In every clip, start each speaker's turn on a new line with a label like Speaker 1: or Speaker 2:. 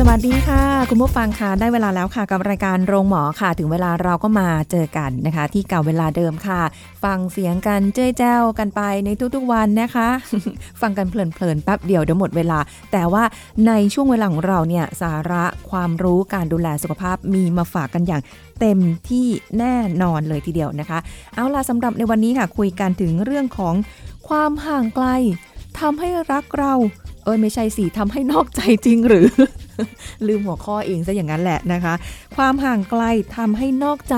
Speaker 1: สวัสดีค่ะ คุณผู้ฟังค่ะได้เวลาแล้วค่ะ กับรายการโรงหมอค่ะ ถึงเวลาเราก็มาเจอกันนะคะ ที่เก่าเวลาเดิมค่ะ ฟังเสียงกันเจ้ยแจ้วกันไปในทุกๆวันนะคะ ฟังกันเพลินๆแป๊บเดียวเดี๋ยวหมดเวลา แต่ว่าในช่วงเวลาของเราเนี่ยสาระความรู้การดูแลสุขภาพมีมาฝากกันอย่างเต็มที่แน่นอนเลยทีเดียวนะคะ เอาล่ะสำหรับในวันนี้ค่ะ คุยกันถึงเรื่องของความห่างไกลทำให้รักเรา เอ้ยไม่ใช่สิทำให้นอกใจจริงหรือ ลืมหัวข้อเองซะอย่างนั้นแหละนะคะ ความห่างไกลทำให้นอกใจ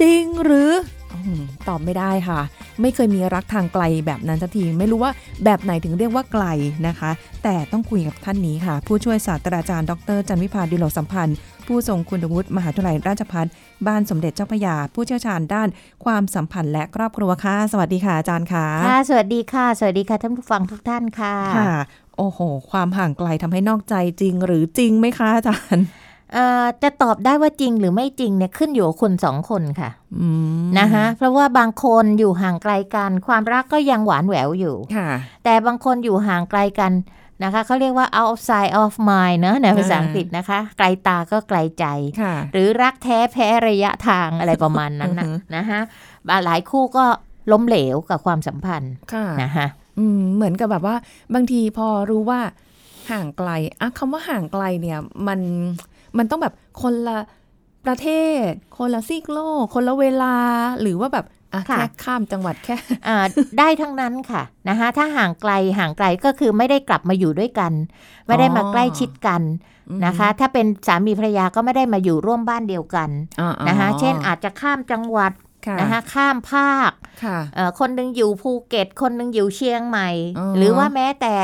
Speaker 1: จริงหรืออมตอบไม่ได้ค่ะ ไม่เคยมีรักทางไกลแบบนั้นสักที ไม่รู้ว่าแบบไหนถึงเรียกว่าไกลนะคะ แต่ต้องคุยกับท่านนี้ค่ะ ผู้ช่วยศาสตราจารย์ดรจันวิพาดิโลกสัมพันธ์ ผู้ทรงคุณวุฒิมหาวิทยาลัยราชภัฏบ้านสมเด็จเจ้าพระยา ผู้เชี่ยวชาญด้านความสัมพันธ์และครอบครัวค่ะสวัสดีค่ะอาจารย์ค่ะ
Speaker 2: ค่ะ สวัสดีค่ะ สวัสดีค่ะท่านผู้ฟังทุกท่านค่ะ
Speaker 1: ค่ะ โอ้โห ความห่างไกลทำให้นอกใจจริงหรือจริงไหมคะอาจารย์
Speaker 2: เอ่อจะตอบได้ว่าจริงหรือไม่จริงเนี่ยขึ้นอยู่กับคนสองคนค่ะ
Speaker 1: อืม
Speaker 2: นะคะเพราะว่าบางคนอยู่ห่างไกลกัน ความรักก็ยังหวานแหววอยู่
Speaker 1: ค่ะ
Speaker 2: แต่บางคนอยู่ห่างไกลกันนะคะเขาเรียกว่า outside of mind เนอะในภาษาอังกฤษนะคะ ไกลตาก็ไกลใจ
Speaker 1: ค่ะ
Speaker 2: หรือรักแท้แพ้ระยะทางอะไรประมาณนั้นนะ
Speaker 1: อือฮึ
Speaker 2: นะคะหลายคู่ก็ล้มเหลวกับความสัมพันธ์
Speaker 1: ค่ะ
Speaker 2: นะคะ
Speaker 1: อืม เหมือนกับแบบว่า บางทีพอรู้ว่าห่างไกลอะคำว่าห่างไกลเนี่ย มัน มันต้องแบบคนละประเทศ คนละซีกโลก คนละเวลา หรือว่าแบบอ่ะแค่ข้ามจังหวัดแค่
Speaker 2: อ่า ได้ทั้งนั้นค่ะนะคะถ้าห่างไกลห่างไกลก็คือไม่ได้กลับมาอยู่ด้วยกัน ไม่ได้มาใกล้ชิดกันนะคะ ถ้าเป็นสามีภรรยาก็ไม่ได้มาอยู่ร่วมบ้านเดียวกัน
Speaker 1: อ๋อ
Speaker 2: นะคะเช่นอาจจะข้ามจังหวัด
Speaker 1: ค่ะ
Speaker 2: นะคะข้ามภาค
Speaker 1: ค่ะ
Speaker 2: เอ่อคนหนึ่งอยู่ภูเก็ต คนหนึ่งอยู่เชียงใหม่
Speaker 1: อ๋อ
Speaker 2: หรือว่าแม้แต่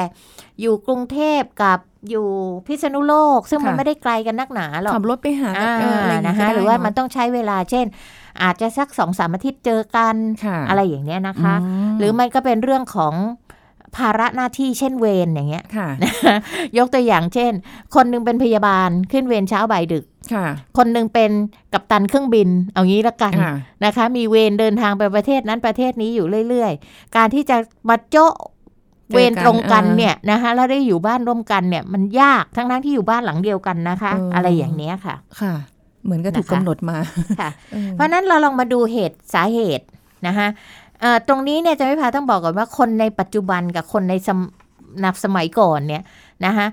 Speaker 2: อยู่กรุงเทพกับอยู่พิษณุโลก ซึ่งมัน
Speaker 1: ค่ะ
Speaker 2: ไม่ได้ไกลกันนักหนาหรอก
Speaker 1: ขับรถไปหากัน
Speaker 2: อ่า
Speaker 1: เอออะไรอย่งงี้
Speaker 2: นะคะ
Speaker 1: ก็ได้
Speaker 2: หรือว่ามัน
Speaker 1: เะ
Speaker 2: ต้องใช้เวลาเช่น อาจจะสักสองสามอาทิตย์เจอกัน
Speaker 1: ค่ะ
Speaker 2: อะไรอย่างเนี้ยนะคะ
Speaker 1: ม
Speaker 2: หรือมันก็เป็นเรื่องของภาระหน้าที่เช่นเวรอย่างเงี้ย
Speaker 1: ค่ะ
Speaker 2: ยกตัวอย่างเช่น คนหนึงเป็นพยาบาลขึ้นเวรเช้าบ่ายดึก
Speaker 1: ค่ะ
Speaker 2: คนหนึงเป็นกัปตันเครื่องบินเอางี้ละกัน
Speaker 1: ค่ะ
Speaker 2: นะคะ มีเวรเดินทางไปประเทศนั้นประเทศนี้อยู่เรื่อย ๆ การที่จะมาโจ๊ะเวรตรงกัน
Speaker 1: เจอกัน
Speaker 2: เนี่ยนะคะแล้วได้อยู่บ้านร่วมกันเนี่ยมันยากทั้งนั้นที่อยู่บ้านหลังเดียวกันนะคะ
Speaker 1: เอออ
Speaker 2: อะไรอย่างเนี้ยค่ะ
Speaker 1: ค่ะ เหมือนก็ถูก
Speaker 2: นะคะ
Speaker 1: กำหนดมา
Speaker 2: ค่ะ
Speaker 1: ออ
Speaker 2: เพราะฉะนั้นเราลองมาดูเหตุสาเหตุนะคะเอ่อตรงนี้เนี่ยอาจะไม่พาต้องบอกก่อนว่าคนในปัจจุบันกับคนในสมนับสมัยก่อนเนี่ยนะคะ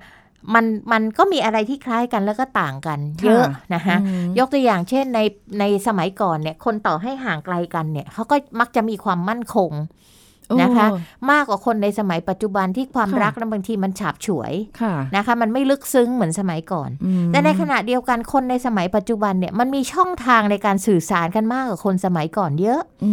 Speaker 2: มันมันก็มีอะไรที่คล้ายกันแล้วก็ต่างกันเยอะ
Speaker 1: ค่ะ
Speaker 2: นะคะ
Speaker 1: อืม
Speaker 2: ยกตัวอย่างเช่นในในสมัยก่อนเนี่ยคนต่อให้ห่างไกลกันเนี่ยเขาก็มักจะมีความมั่นคง นะคะ
Speaker 1: โอ้
Speaker 2: มากกว่าคนในสมัยปัจจุบันที่ความ
Speaker 1: ค่ะ
Speaker 2: รักนั้นบางทีมันฉาบฉวย
Speaker 1: ค่ะ
Speaker 2: นะคะมันไม่ลึกซึ้งเหมือนสมัยก่อน
Speaker 1: อืม
Speaker 2: แต่ในขณะเดียวกันคนในสมัยปัจจุบันเนี่ยมันมีช่องทางในการสื่อสารกันมากกว่าคนสมัยก่อนเยอะ
Speaker 1: อื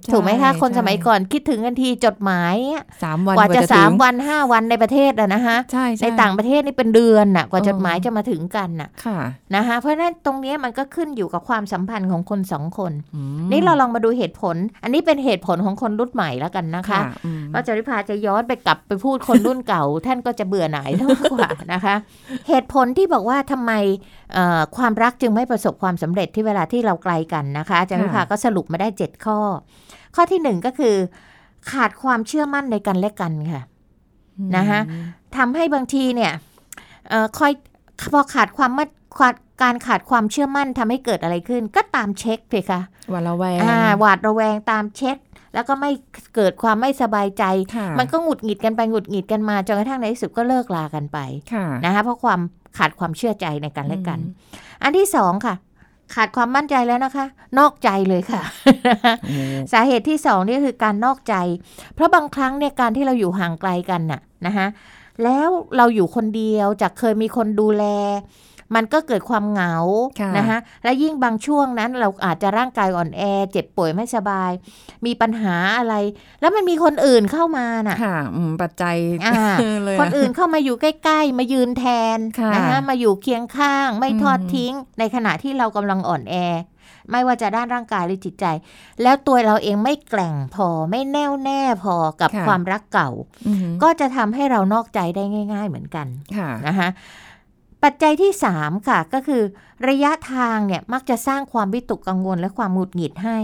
Speaker 1: ใช่
Speaker 2: ถูกไหมคะ คนสมัย
Speaker 1: ใช่
Speaker 2: ก่อนคิดถึงกันทีจดหมายอะ
Speaker 1: สามวัน
Speaker 2: กว่าจะสาม
Speaker 1: ถึง
Speaker 2: วันห้าวันในประเทศอะนะคะ
Speaker 1: ใช่
Speaker 2: ใน
Speaker 1: ช่
Speaker 2: ต่างประเทศนี่เป็นเดือนน่ะกว่า
Speaker 1: เออ
Speaker 2: จดหมายจะมาถึงกันน่ะ
Speaker 1: ค่ะ
Speaker 2: นะคะเพราะฉะนั้นตรงเนี้ยมันก็ขึ้นอยู่กับความสัมพันธ์ของคนสองคน
Speaker 1: อืม
Speaker 2: นี่เราลองมาดูเหตุผล อันนี้เป็นเหตุผลของคนรุ่นใหม่แล้วกันนะคะ
Speaker 1: อืม
Speaker 2: ว่าจริพาจะย้อนไปกลับไปพูดคนรุ่นเก่า ท่านก็จะเบื่อหน่ายมากกว่านะคะ เหตุผลที่บอกว่าทำไมเอ่อความรักจึงไม่ประสบความสำเร็จที่เวลาที่เราไกลกันนะคะอาจารย์วิพาก็สรุปมาได้ 7 ข้อ ข้อทีหนึ่1 ก็คือ ขาดความเชื่อมั่นในกันและกันค่ะนะคะทำให้บางทีเนี่ยเอ่อคอยพอขาดความมั่นขาดการขาดความเชื่อมั่นทำให้เกิดอะไรขึ้น ก็ตามเช็คเลยค่ะ
Speaker 1: หวันละแวง
Speaker 2: อ่าหวาดระแวงตามเช็ค แล้วก็ไม่เกิดความไม่สบายใจ
Speaker 1: ค่ะ
Speaker 2: มันก็หงุดหงิดกันไปหงุดหงิดกันมาจนกระทั่งในที่สุดก็เลิกลากันไป
Speaker 1: ค่ะ
Speaker 2: นะคะเพราะความขาดความเชื่อใจในกันและกัน
Speaker 1: อืม
Speaker 2: อันที่สองค่ะ ขาดความมั่นใจแล้วนะคะ นอกใจเลยค่ะ
Speaker 1: โอ้
Speaker 2: สาเหตุที่สองนี่คือการนอกใจ เพราะบางครั้งเนี่ยการที่เราอยู่ห่างไกลกันน่ะนะคะแล้วเราอยู่คนเดียวจากเคยมีคนดูแล มันก็เกิดความเหงา
Speaker 1: ค่ะ
Speaker 2: นะคะและยิ่งบางช่วงนั้นเราอาจจะร่างกายอ่อนแอ เจ็บป่วยไม่สบาย มีปัญหาอะไร แล้วมันมีคนอื่นเข้ามาน่ะ
Speaker 1: ค่ะอืมปัจจัย
Speaker 2: อ่า
Speaker 1: เลยะ
Speaker 2: คนอื่นเข้ามาอยู่ใกล้ ๆ มายืนแทน
Speaker 1: ค่ะ
Speaker 2: นะคะมาอยู่เคียงข้าง ไม่
Speaker 1: อืม
Speaker 2: ทอดทิ้ง ในขณะที่เรากำลังอ่อนแอ ไม่ว่าจะด้านร่างกายหรือจิตใจ แล้วตัวเราเองไม่แกร่งพอไม่แน่วแน่พอกับความรักเก่า
Speaker 1: อืม
Speaker 2: ก็จะทำให้เรานอกใจได้ง่าย ๆ เหมือนกัน
Speaker 1: ค่ะ
Speaker 2: นะคะปัจจัยที่ 3 ค่ะก็คือ ระยะทางเนี่ยมักจะสร้างความวิตกกังวลและความหงุดหงิดให้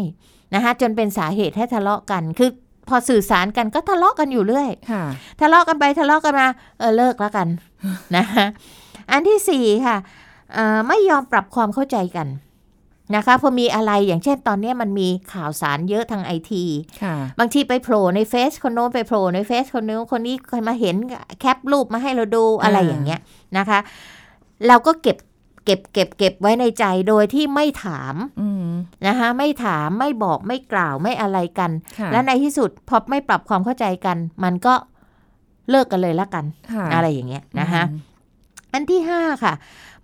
Speaker 2: นะคะจนเป็นสาเหตุให้ทะเลาะกัน คือพอสื่อสารกันก็ทะเลาะกันอยู่เรื่อย
Speaker 1: ค่ะ
Speaker 2: ทะเลาะกันไปทะเลาะกันมา เออเลิกแล้วกัน นะคะอันที่สี่ค่ะเอ่อไม่ยอมปรับความเข้าใจกันนะคะพอมีอะไรอย่างเช่นตอนเนี้ยมันมีข่าวสารเยอะทางไอที
Speaker 1: ค่ะ
Speaker 2: บางทีไปโผล่ในเฟซคนโน้นไปโผล่ในเฟซคนนู้นคนนี้ใครมาเห็นแคปรูปมาให้เราดูอะไร
Speaker 1: อ่า
Speaker 2: อย่างเงี้ยนะคะ เราก็เก็บเก็บเก็บเก็บไว้ในใจโดยที่ไม่ถาม
Speaker 1: อืม
Speaker 2: นะคะไม่ถามไม่บอกไม่กล่าวไม่อะไรกัน
Speaker 1: ค่ะ
Speaker 2: และในที่สุดพอไม่ปรับความเข้าใจกัน มันก็เลิกกันเลยละกัน
Speaker 1: ค่
Speaker 2: อะไรอย่างเงี้ยนะคะ
Speaker 1: อืม
Speaker 2: อันที่ห้าค่ะ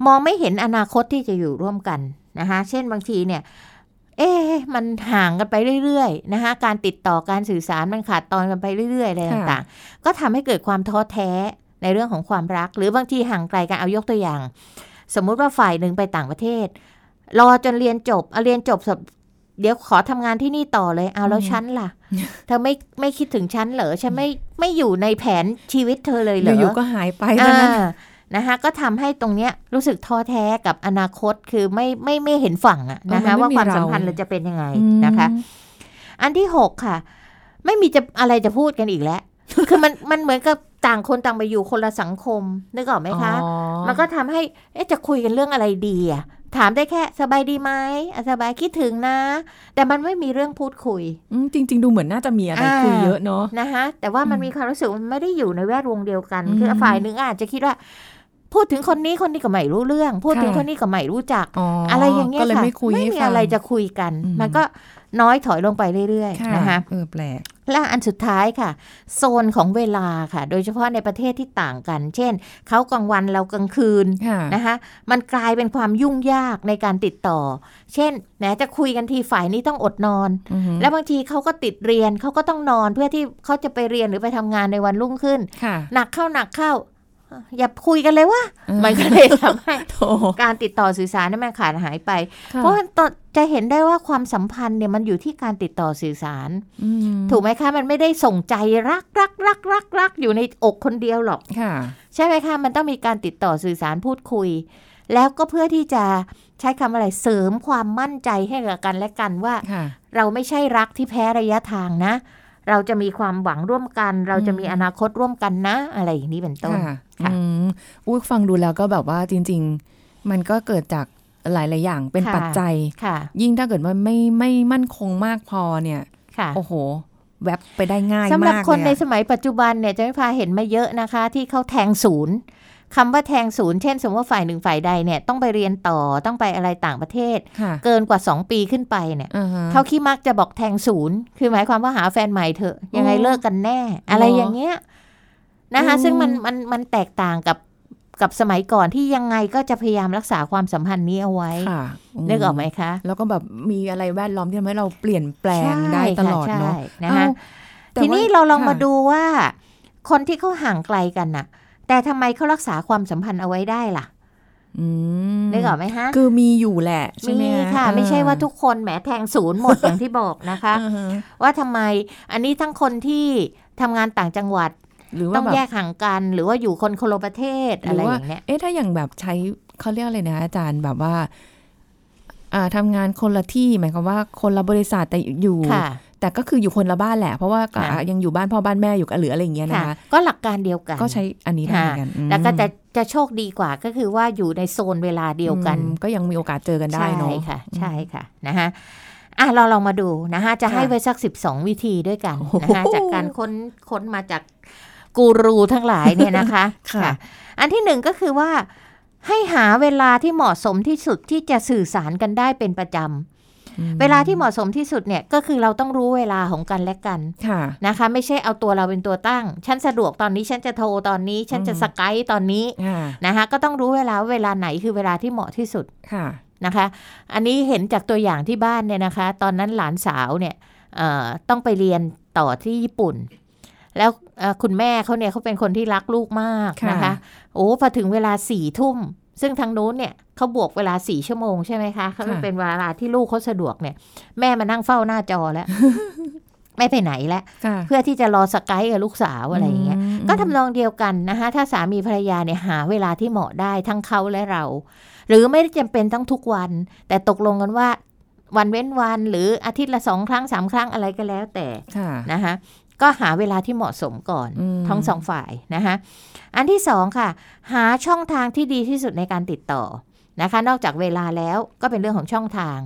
Speaker 2: มองไม่เห็นอนาคตที่จะอยู่ร่วมกันนะคะเช่นบางทีเนี่ย เอ๊ะมันห่างกันไปเรื่อยๆนะคะการติดต่อการสื่อสารมันขาดตอนกันไปเรื่อยๆอะไรต่างๆ ก็ทำให้เกิดความท้อแท้ในเรื่องของความรัก หรือบางทีห่างไกลกันเอายกตัวอย่าง สมมุติว่าฝ่ายหนึ่งไปต่างประเทศ รอจนเรียนจบเอาเรียนจบเสร็จเดี๋ยวขอทำงานที่นี่ต่อเลยเอาแล้วฉันล่ะ เธอไม่ไม่คิดถึงฉันเหรอฉันไม่ไม่อยู่ในแผนชีวิตเธอเลยเหรอ
Speaker 1: อยู่ๆก็หายไปแล้วนั้น
Speaker 2: อ่านะคะก็ทำให้ตรงเนี้ยรู้สึกท้อแท้กับอนาคตคือไม่ไม่ไม่เห็นฝั่งอะ
Speaker 1: เออ
Speaker 2: นะคะ
Speaker 1: มันไม่
Speaker 2: ว่าความ
Speaker 1: มีเรา
Speaker 2: สัมพันธ์เราจะเป็นยังไงนะคะ อันที่หกค่ะ ไม่มีจะอะไรจะพูดกันอีกแล้ว คือมันมันเหมือนกับต่างคนต่างไปอยู่คนละสังคมนึกออกไหมคะ
Speaker 1: อ๋อ
Speaker 2: มันก็ทำให้เอ๊ะจะคุยกันเรื่องอะไรดีอะถามได้แค่สบายดีไหมอ่ะสบายคิดถึงนะ แต่มันไม่มีเรื่องพูดคุย
Speaker 1: อืมจริง ๆ ดูเหมือนน่าจะมีอะไร
Speaker 2: อ่า
Speaker 1: คุยเยอะเนาะ
Speaker 2: นะคะแต่ว่ามันมีความรู้สึกว่ามันไม่ได้อยู่ในแวดวงเดียวกัน
Speaker 1: อืม
Speaker 2: คือฝ่ายหนึ่งอาจจะคิดว่า พูดถึงคนนี้คนนี้ก็ไม่รู้เรื่อง พูดถึง
Speaker 1: ค่ะ
Speaker 2: คนนี้ก็ไม่รู้จัก
Speaker 1: อ๋ออ
Speaker 2: อะไรอย่างเงี้ย
Speaker 1: ก็เลย
Speaker 2: ค่ะ
Speaker 1: ไม่คุยให้
Speaker 2: มี
Speaker 1: ฟัง
Speaker 2: อะไรจะคุยกัน
Speaker 1: อืม
Speaker 2: มันก็น้อยถอยลงไปเรื่อย
Speaker 1: ค่ะ
Speaker 2: ๆนะคะ
Speaker 1: เออแปลก
Speaker 2: และอันสุดท้ายค่ะ โซนของเวลาค่ะ โดยเฉพาะในประเทศที่ต่างกัน เช่นเขากลางวันเรากลางคืน
Speaker 1: ค่ะ
Speaker 2: นะคะมันกลายเป็นความยุ่งยากในการติดต่อ เช่นแหนจะคุยกันทีฝ่ายนี้ต้องอดนอน
Speaker 1: อือหือ
Speaker 2: แล้วบางทีเขาก็ติดเรียนเขาก็ต้องนอนเพื่อที่เขาจะไปเรียนหรือไปทำงานในวันรุ่งขึ้น
Speaker 1: ค่ะ
Speaker 2: หนักเข้าหนักเข้า อย่าคุยกันเลยว่า
Speaker 1: เออ
Speaker 2: มันก็เลยทำให้
Speaker 1: โถ
Speaker 2: การติดต่อสื่อสารนั้นมันขาดหายไป
Speaker 1: ค่ะ
Speaker 2: เพราะว่าตอนจะเห็นได้ว่าความสัมพันธ์เนี่ยมันอยู่ที่การติดต่อสื่อสาร
Speaker 1: อืม
Speaker 2: ถูกไหมคะมันไม่ได้ส่งใจรักรักรักรักรักอยู่ในอกคนเดียวหรอก
Speaker 1: ค่ะ
Speaker 2: ใช่ไหมคะ มันต้องมีการติดต่อสื่อสารพูดคุย แล้วก็เพื่อที่จะใช้คำอะไรเสริมความมั่นใจให้กับกันและกันว่า
Speaker 1: ค่ะ
Speaker 2: เราไม่ใช่รักที่แพ้ระยะทางนะ เราจะมีความหวังร่วมกัน เราจะมีอนาคตร่วมกันนะ อะไรอย่างนี้เป็นต้น
Speaker 1: ค่ะ
Speaker 2: ค่ะ
Speaker 1: อืมอุ้ยฟังดูแล้วก็แบบว่าจริง ๆ มันก็เกิดจากหลาย ๆ อย่างเป็น
Speaker 2: ค่ะ
Speaker 1: ปัจจัย
Speaker 2: ค่ะ
Speaker 1: ยิ่งถ้าเกิดว่าไม่ไม่มั่นคงมากพอเนี่ย
Speaker 2: ค่ะ
Speaker 1: โอ้โห แวบไปได้ง่ายมาก
Speaker 2: สำหรับคนใน
Speaker 1: เลยอะ
Speaker 2: สมัยปัจจุบันเนี่ยจะไม่พาเห็นมาเยอะนะคะ ที่เขาแทงศูนย์คำว่าแทงศูนย์เช่น สมมติว่าฝ่ายหนึ่งฝ่ายใดเนี่ยต้องไปเรียนต่อต้องไปอะไรต่างประเทศ
Speaker 1: ค่ะ
Speaker 2: เกินกว่าสองปีขึ้นไปเนี่ย
Speaker 1: อ่าฮะ
Speaker 2: เขาขี้มักจะบอกแทงศูนย์ คือหมายความว่าหาแฟนใหม่เถอะ ยังไง
Speaker 1: อ๋อ
Speaker 2: เลิกกันแน่ อะไรอย่างเงี้ยนะคะ
Speaker 1: อืม
Speaker 2: ซึ่งมันมันมันแตกต่างกับกับสมัยก่อนที่ยังไงก็จะพยายามรักษาความสัมพันธ์นี้เอาไว้
Speaker 1: ค่ะ
Speaker 2: นึกออกไหมคะ
Speaker 1: แล้วก็แบบมีอะไรแวดล้อมที่ทำให้เราเปลี่ยนแปลงได้ตลอด
Speaker 2: ใช่ค่
Speaker 1: เนาะ
Speaker 2: ใช่นะคะ
Speaker 1: เอ้าแต่
Speaker 2: ทีนี้
Speaker 1: ว่
Speaker 2: เราลองมา
Speaker 1: ค่ะ
Speaker 2: ดูว่า คนที่เขาห่างไกลกันน่ะ แต่ทำไมเขารักษาความสัมพันธ์เอาไว้ได้ล่ะ
Speaker 1: อืม
Speaker 2: นึกออกไหมคะ
Speaker 1: คือมีอยู่แหละใช่ไหม
Speaker 2: มีค่ะ ไม่ใช่ว่าทุ
Speaker 1: ก
Speaker 2: กคนแหมแทงศูนย์หมดอย่างที่บอกนะคะ ว่าทำไมอันนี้ทั้งคนที่ทำงานต่างจังหวัด
Speaker 1: หรือ
Speaker 2: ต้
Speaker 1: ว่า
Speaker 2: อง
Speaker 1: แบบ
Speaker 2: แยกห่างกัน หรือว่าอยู่คนคนละประเทศ
Speaker 1: หรื
Speaker 2: อะไร
Speaker 1: อ
Speaker 2: อ
Speaker 1: ว่า
Speaker 2: ย่างเงี้ย
Speaker 1: เอ๊ะถ้าอย่างแบบใช้เขาเรียกอะไรนะอาจารย์แบบว่าอ่าทำงานคนละที่หมายความว่าคนละบริษัทแต่อยู่
Speaker 2: ค่ะ
Speaker 1: แต่ก็คืออยู่คนละบ้านแหละ เพราะว่าก็
Speaker 2: ค่ะ
Speaker 1: อ่ะยังอยู่บ้านพ่อบ้านแม่อยู่กันหรืออะไรอย่างเงี้ยนะ
Speaker 2: ค่ะ
Speaker 1: คะ
Speaker 2: ก็หลักการเดียวกัน
Speaker 1: ก็ใช้อันนี้ได้
Speaker 2: ค่ะ
Speaker 1: เหมือนกันอืม
Speaker 2: แล้วก็จะจะโชคดีกว่าก็คือว่าอยู่ในโซนเวลาเดียวกัน
Speaker 1: อืมก็ยังมีโอกาสเจอกันได้
Speaker 2: ใช่
Speaker 1: เนาะ
Speaker 2: ค่ะ ใช่ค่ะนะคะอ่ะเราลองมาดูนะคะจะ
Speaker 1: ค่ะ
Speaker 2: ให้ไว้สัก 12 วิธีด้วยกัน
Speaker 1: โอ้โห
Speaker 2: นะคะจากการค้นค้นมาจากกูรูทั้งหลายเนี่ยนะคะ
Speaker 1: ค่ะ
Speaker 2: อันที่หนึ่งก็คือว่าให้หาเวลาที่เหมาะสมที่สุดที่จะสื่อสารกันได้เป็นประจำ
Speaker 1: อืม
Speaker 2: เวลาที่เหมาะสมที่สุดเนี่ยก็คือเราต้องรู้เวลาของกันและกัน
Speaker 1: ค่ะ
Speaker 2: นะคะ ไม่ใช่เอาตัวเราเป็นตัวตั้ง ฉันสะดวกตอนนี้ฉันจะโทรตอนนี้ ฉันจะ
Speaker 1: อืม
Speaker 2: สกายตอนนี้
Speaker 1: อ่า
Speaker 2: นะคะก็ต้องรู้เวลาเวลาไหนคือเวลาที่เหมาะที่สุด
Speaker 1: ค่ะ
Speaker 2: นะคะ อันนี้เห็นจากตัวอย่างที่บ้านเนี่ยนะคะ ตอนนั้นหลานสาวเนี่ยเอ่อต้องไปเรียนต่อที่ญี่ปุ่น แล้วเอ่อคุณแม่เขาเนี่ยเขาเป็นคนที่รักลูกมากนะคะ
Speaker 1: ค่ะ
Speaker 2: โอ้พอถึงเวลาสี่ทุ่ม ซึ่งทางนู้นเนี่ยเขาบวกเวลาสี่ชั่วโมงใช่ไหมคะเขาจะเป็นเวลาที่ลูกเขาสะดวกเนี่ย แม่มานั่งเฝ้าหน้าจอ แล้ว ไม่ไปไหนแล้ว
Speaker 1: ค่ะ
Speaker 2: เพื่อที่จะรอสกายกับลูกสาวอะไรอย่างเงี้ย
Speaker 1: ม
Speaker 2: ก็ทำนองเดียวกันนะคะ ถ้าสามีภรรยาเนี่ยหาเวลาที่เหมาะได้ทั้งเขาและเรา หรือไม่ได้จำเป็นต้องทุกวัน แต่ตกลงกันว่า วันเว้นวันหรืออาทิตย์ละสองครั้งสามครั้งอะไรก็แล้วแต่
Speaker 1: ค่ะ
Speaker 2: นะคะก็หาเวลาที่เหมาะสมก่อน
Speaker 1: ม
Speaker 2: ทั้งสองฝ่ายนะคะอันที่สองค่ะ หาช่องทางที่ดีที่สุดในการติดต่อนะคะ นอกจากเวลาแล้วก็เป็นเรื่องของช่องทาง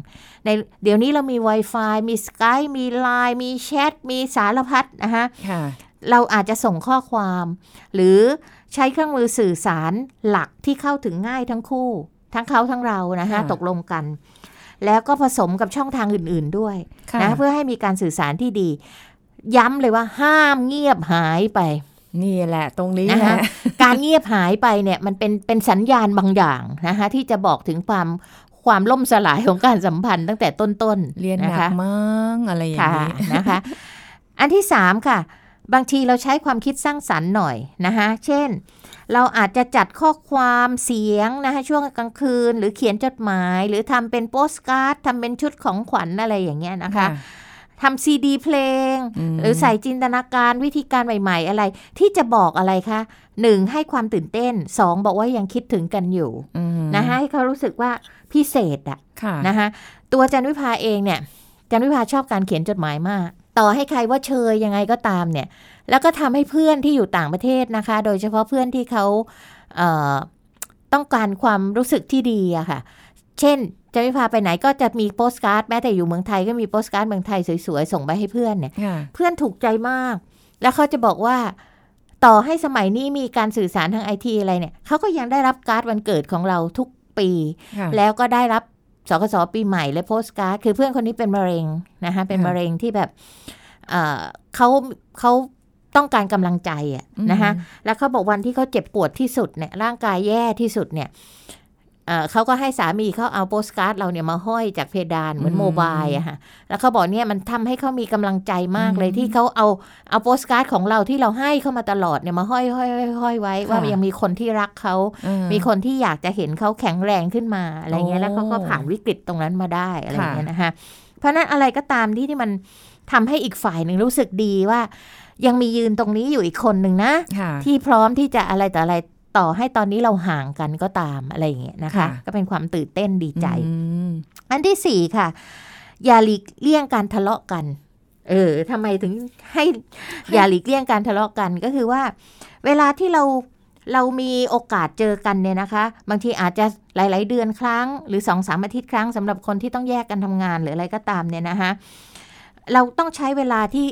Speaker 2: ในเดี๋ยวนี้เรามี Wi-Fi มี Skype มี Line มีแชทมีสารพัดนะคะ
Speaker 1: ค่ะ
Speaker 2: เราอาจจะส่งข้อความ หรือใช้เครื่องมือสื่อสารหลักที่เข้าถึงง่ายทั้งคู่ ทั้งเขาทั้งเรานะคะตกลงกัน แล้วก็ผสมกับช่องทางอื่น ๆด้วย
Speaker 1: ค่ะ
Speaker 2: นะเพื่อให้มีการสื่อสารที่ดี ย้ำเลยว่าห้ามเงียบหาย ไป
Speaker 1: นี่แหละตรงนี้
Speaker 2: นะ
Speaker 1: แห
Speaker 2: คะ
Speaker 1: ละ
Speaker 2: การเงียบหายไปเนี่ยมันเป็นเป็นสัญญาณบางอย่างนะคะที่จะบอกถึงความความล่มสลายของการสัมพันธ์ตั้งแต่ต้นๆ
Speaker 1: เรียนหนัก
Speaker 2: คะ
Speaker 1: มั้งอะไรอย่างนี้
Speaker 2: ค่ะ นะคะ อันที่สามค่ะ บางทีเราใช้ความคิดสร้างสรรค์หน่อยนะคะเช่น เราอาจจะจัดข้อความเสียงนะคะช่วงกลางคืน หรือเขียนจดหมาย หรือทำเป็นโปสการ์ดทำเป็นชุดของขวัญอะไรอย่างเงี้ยนะคะ ทำซีดีเพลง
Speaker 1: อืม
Speaker 2: หรือใส่จินตนาการวิธีการใหม่ ๆ อะไร ที่จะบอกอะไรคะหนึ่งให้ความตื่นเต้นสองบอกว่ายังคิดถึงกันอยู่
Speaker 1: อืม
Speaker 2: นะคะให้เขารู้สึกว่าพิเศษอะ
Speaker 1: ค่ะ
Speaker 2: นะคะตัวจันวิภาเองเนี่ยจันวิภาชอบการเขียนจดหมายมาก ต่อให้ใครว่าเชยยังไงก็ตามเนี่ย แล้วก็ทำให้เพื่อนที่อยู่ต่างประเทศนะคะ โดยเฉพาะเพื่อนที่เขาเอ่อต้องการความรู้สึกที่ดีอะค่ะ เช่นจันวิภาไปไหนก็จะมีโปสการ์ดแม้แต่อยู่เมืองไทยก็มีโปสการ์ดเมืองไทยสวยๆส่งไปให้เพื่อนเนี่ย
Speaker 1: ค่ะ
Speaker 2: เพื่อนถูกใจมาก แล้วเขาจะบอกว่าต่อให้สมัยนี้มีการสื่อสารทางไอทีอะไรเนี่ย เขาก็ยังได้รับการ์ดวันเกิดของเราทุกปี
Speaker 1: ค่ะ
Speaker 2: แล้วก็ได้รับสกสปีใหม่และโพสต์การ์ด คือเพื่อนคนนี้เป็นมะเร็งนะคะเป็น
Speaker 1: ค่ะ
Speaker 2: มะเร็งที่แบบเอ่อเขาเขาต้องการกำลังใจอะ
Speaker 1: อืม
Speaker 2: นะคะแล้วเขาบอกวันที่เขาเจ็บปวดที่สุดเนี่ยร่างกายแย่ที่สุดเนี่ยเอ่อเขาก็ให้สามีเขาเอาโปสต์การ์ดเราเนี่ยมาห้อยจากเพดานเหมือนโมบายอะค่ะแล้วเขาบอกเนี่ยมันทำให้เขามีกำลังใจมากเลยที่เขาเอาเอาโปสต์การ์ดของเราที่เราให้เข้ามาตลอดเนี่ยมาห้อยห้อยห้อยห้อยไว้ว่ายังมีคนที่รักเขา
Speaker 1: เออ
Speaker 2: มีคนที่อยากจะเห็นเขาแข็งแรงขึ้นมาอะไรเงี้ย
Speaker 1: โอ้
Speaker 2: แล้วเขาก็ผ่านวิกฤตตรงนั้นมาได้อะไร
Speaker 1: ค่ะ
Speaker 2: เงี้ยนะคะเพราะฉะนั้นอะไรก็ตามที่ที่มันทำให้อีกฝ่ายหนึ่งรู้สึกดีว่า ยังมียืนตรงนี้อยู่อีกคนหนึ่งนะ
Speaker 1: ค่ะ
Speaker 2: ที่พร้อมที่จะอะไรต่ออะไรต่อให้ตอนนี้เราห่างกันก็ตามอะไรอย่างเงี้ยนะคะ
Speaker 1: ค่ะ
Speaker 2: ก็เป็นความตื่นเต้นดีใจ
Speaker 1: อืม
Speaker 2: อันที่สี่ค่ะ อย่าหลีกเลี่ยงการทะเลาะกัน เออทำไมถึงให้อย่าหลีกเลี่ยงการทะเลาะกันก็คือว่า เวลาที่เราเรามีโอกาสเจอกันเนี่ยนะคะ บางทีอาจจะหลาย ๆ เดือนครั้ง หรือสองสามอาทิตย์ครั้งสำหรับคนที่ต้องแยกกันทำงานหรืออะไรก็ตามเนี่ยนะคะ เราต้องใช้เวลาที่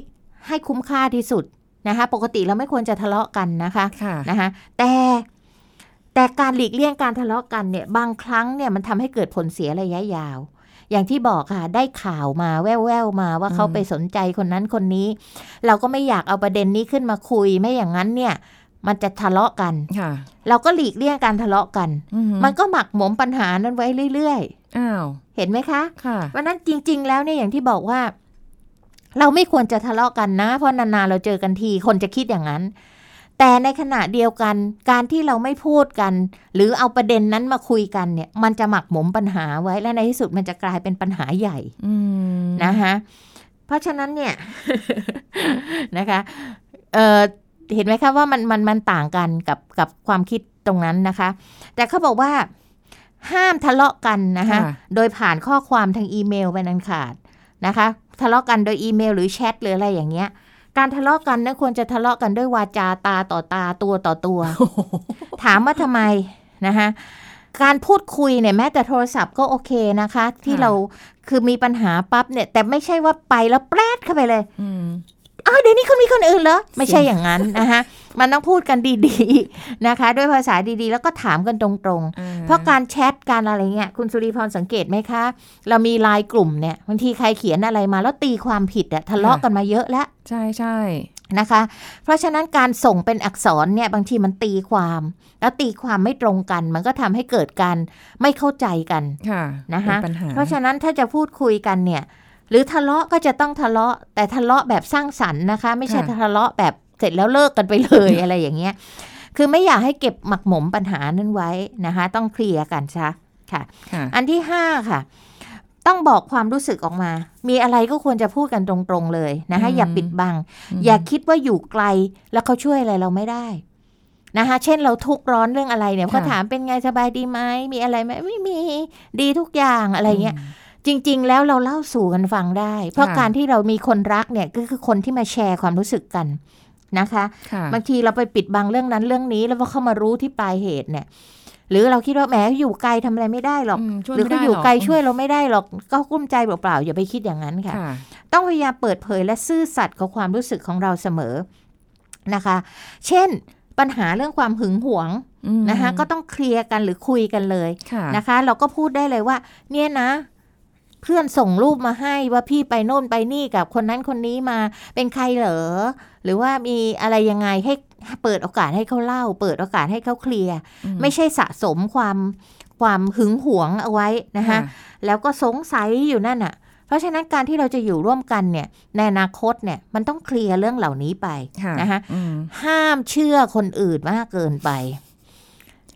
Speaker 2: ให้คุ้มค่าที่สุดนะคะ ปกติเราไม่ควรจะทะเลาะกันนะคะ
Speaker 1: ค่ะ
Speaker 2: นะคะแต่แต่การหลีกเลี่ยงการทะเลาะกันเนี่ยบางครั้งเนี่ยมันทำให้เกิดผลเสียระยะยาว อย่างที่บอกค่ะ ได้ข่าวมาแว่วๆมาว่า
Speaker 1: อืม
Speaker 2: เขาไปสนใจคนนั้นคนนี้ เราก็ไม่อยากเอาประเด็นนี้ขึ้นมาคุยไม่อย่างนั้นเนี่ย มันจะทะเลาะกัน
Speaker 1: ค่ะ
Speaker 2: เราก็หลีกเลี่ยงการทะเลาะกัน
Speaker 1: อือหือ
Speaker 2: มันก็หมักหมมปัญหานั้นไว้เรื่อย
Speaker 1: อ้าว
Speaker 2: ๆ เห็นไหมคะ
Speaker 1: ค่ะ
Speaker 2: วันนั้นจริง ๆ แล้วเนี่ยอย่างที่บอกว่า เราไม่ควรจะทะเลาะกันนะ เพราะนานๆเราเจอกันทีคนจะคิดอย่างนั้น แต่ในขณะเดียวกัน การที่เราไม่พูดกัน หรือเอาประเด็นนั้นมาคุยกันเนี่ย มันจะหมักหมมปัญหาไว้และในที่สุดมันจะกลายเป็นปัญหาใหญ่
Speaker 1: อืม
Speaker 2: นะคะเพราะฉะนั้นเนี่ย นะคะเอ่อเห็นไหมคะว่ามันมันมันต่างกันกับกับความคิดตรงนั้นนะคะ แต่เขาบอกว่า ห้ามทะเลาะกันนะคะ
Speaker 1: ค่ะ
Speaker 2: โดยผ่านข้อความทางอีเมลเป็นอันขาดนะคะ ทะเลาะกันโดยอีเมลหรือแชทหรืออะไรอย่างเงี้ย การทะเลาะกันนะควรจะทะเลาะกันด้วยวาจาตาต่อตาตัวต่อตัว ถามว่าทำไมนะคะการพูดคุยเนี่ยแม้แต่โทรศัพท์ก็โอเคนะคะ ที่
Speaker 1: ค่ะ
Speaker 2: เราคือมีปัญหาปั๊บเนี่ย แต่ไม่ใช่ว่าไปแล้วแปรดเข้าไปเลย
Speaker 1: อืม
Speaker 2: อ้าวเดี๋ยวนี้คุณมีคนอื่นเหรอ ไม่ใช่
Speaker 1: จริง
Speaker 2: อย่างนั้น นะคะมันต้องพูดกันดีๆ นะคะ ด้วยภาษาดีๆ แล้วก็ถามกันตรงๆ เพราะการแชทการอะไรเงี้ยคุณสุริพรสังเกตไหมคะ เรามีไลน์กลุ่มเนี่ยบางทีใครเขียนอะไรมาแล้วตีความผิดอะทะเลาะกันมาเยอะแล้ว
Speaker 1: ใช่ใช่
Speaker 2: นะคะ เพราะฉะนั้นการส่งเป็นอักษรเนี่ยบางทีมันตีความ แล้วตีความไม่ตรงกัน มันก็ทำให้เกิดการไม่เข้าใจกัน
Speaker 1: ค่ะ
Speaker 2: นะคะ
Speaker 1: เป็ปัญหา
Speaker 2: เพราะฉะนั้นถ้าจะพูดคุยกันเนี่ย หรือทะเลาะก็จะต้องทะเลาะ แต่ทะเลาะแบบสร้างสรรค์นะคะ ไม่ใช่ทะเลาะแบบเสร็จแล้วเลิกกันไปเลย อะไรอย่างเงี้ย คือไม่อยากให้เก็บหมักหมมปัญหานั้นไว้นะคะ ต้องเคลียร์กันซะค่ะ
Speaker 1: ค่ะ
Speaker 2: อันที่ห้าค่ะ ต้องบอกความรู้สึกออกมา มีอะไรก็ควรจะพูดกันตรงๆเลยนะคะ
Speaker 1: อืม
Speaker 2: อย่าปิดบัง
Speaker 1: ม
Speaker 2: อย่าคิดว่าอยู่ไกลแล้วเขาช่วยอะไรเราไม่ได้นะคะ เช่นเราทุกข์ร้อนเรื่องอะไรเนี่ยเขาถามเป็นไงสบายดีไหมมีอะไรไหมไม่มีดีทุกอย่างอะไรเงี้ย
Speaker 1: ม
Speaker 2: จริง ๆ แล้วเราเล่าสู่กันฟังได้ เพราะ
Speaker 1: ค่ะ
Speaker 2: การที่เรามีคนรักเนี่ยก็คือคนที่มาแชร์ความรู้สึกกันนะคะ
Speaker 1: ค่ะ
Speaker 2: บางทีเราไปปิดบังเรื่องนั้นเรื่องนี้แล้วพอเข้ามารู้ที่ปลายเหตุเนี่ย หรือเราคิดว่าแหมอยู่ไกลทำอะไรไม่ได้หรอก
Speaker 1: มช่วย
Speaker 2: หรือ
Speaker 1: ไม่
Speaker 2: เขา
Speaker 1: ได้
Speaker 2: อยู่
Speaker 1: ห
Speaker 2: ไกลช่วยเราไม่ได้หรอกก็กลุ้มใจเปล่าๆอย่าไปคิดอย่างนั้นค่ะ
Speaker 1: ค่ะ
Speaker 2: ต้องพยายามเปิดเผยและซื่อสัตย์กับความรู้สึกของเราเสมอนะคะ เช่น ปัญหาเรื่องความหึงหวง
Speaker 1: อืม
Speaker 2: นะคะ ก็ต้องเคลียร์กันหรือคุยกันเลย
Speaker 1: ค่ะ
Speaker 2: นะคะ เราก็พูดได้เลยว่า เนี่ยนะ เพื่อนส่งรูปมาให้ว่าพี่ไปโน่นไปนี่กับคนนั้นคนนี้มาเป็นใครเหรอหรือว่ามีอะไรยังไงให้เปิดโอกาสให้เขาเล่า เปิดโอกาสให้เขาเคลียร์
Speaker 1: อื
Speaker 2: ไม่ใช่สะสมความความหึงหวงเอาไว้นะคะ แล้วก็สงสัยอยู่นั่นอ่ะ เพราะฉะนั้นการที่เราจะอยู่ร่วมกันเนี่ยในอนาคตเนี่ยมันต้องเคลียร์เรื่องเหล่านี้ไป
Speaker 1: ค่ะ
Speaker 2: นะคะ
Speaker 1: อืม
Speaker 2: ห้ามเชื่อคนอื่นมากเกินไป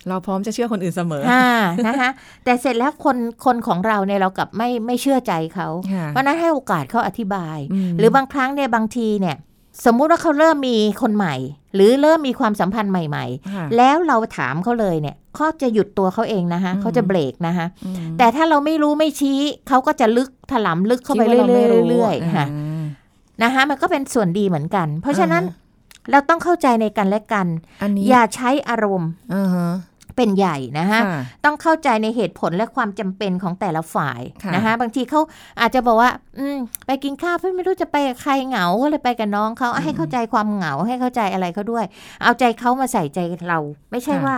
Speaker 1: เราพร้อมจะเชื่อคนอื่นเสมอ
Speaker 2: ห้านะคะแต่เสร็จแล้วคนคนของเราเนี่ยเรากลับไม่ไม่เชื่อใจเขา
Speaker 1: ค่ะ
Speaker 2: เพราะฉะนั้นให้โอกาสเขาอธิบาย
Speaker 1: ม
Speaker 2: หรือบางครั้งเนี่ยบางทีเนี่ยสมมุติว่าเขาเริ่มมีคนใหม่ หรือเริ่มมีความสัมพันธ์ใหม่
Speaker 1: ค่ะ
Speaker 2: ๆ แล้วเราถามเขาเลยเนี่ยเขาจะหยุดตัวเขาเองนะคะ
Speaker 1: อืม
Speaker 2: เขาจะเบรกนะคะ
Speaker 1: อืม
Speaker 2: แต่ถ้าเราไม่รู้ไม่ชี้เขาก็จะลึกถลำลึกเข้าไป
Speaker 1: คิด
Speaker 2: เรื่
Speaker 1: ว่ไม่
Speaker 2: อยๆเรื่อยๆค่ะ
Speaker 1: อืม
Speaker 2: นะคะมันก็เป็นส่วนดีเหมือนกัน เพราะฉะนั้น
Speaker 1: อ่าฮ
Speaker 2: เราต้องเข้าใจในกันและกัน
Speaker 1: อันนี้
Speaker 2: อย่าใช้อารมณ์
Speaker 1: อ่าฮะ
Speaker 2: เป็นใหญ่นะคะ
Speaker 1: ค่ะ
Speaker 2: ต้องเข้าใจในเหตุผลและความจำเป็นของแต่ละฝ่าย
Speaker 1: ค่ะ
Speaker 2: นะคะบางทีเขาอาจจะบอกว่า อืมไปกินข้าวเพื่อนไม่รู้จะไปกับใครเหงาก็เลยไปกับน้องเขาให้เข้าใจความเหงาให้เข้าใจอะไรเขาด้วย เอาใจเขามาใส่ใจเรา ไม่ใช่ว่า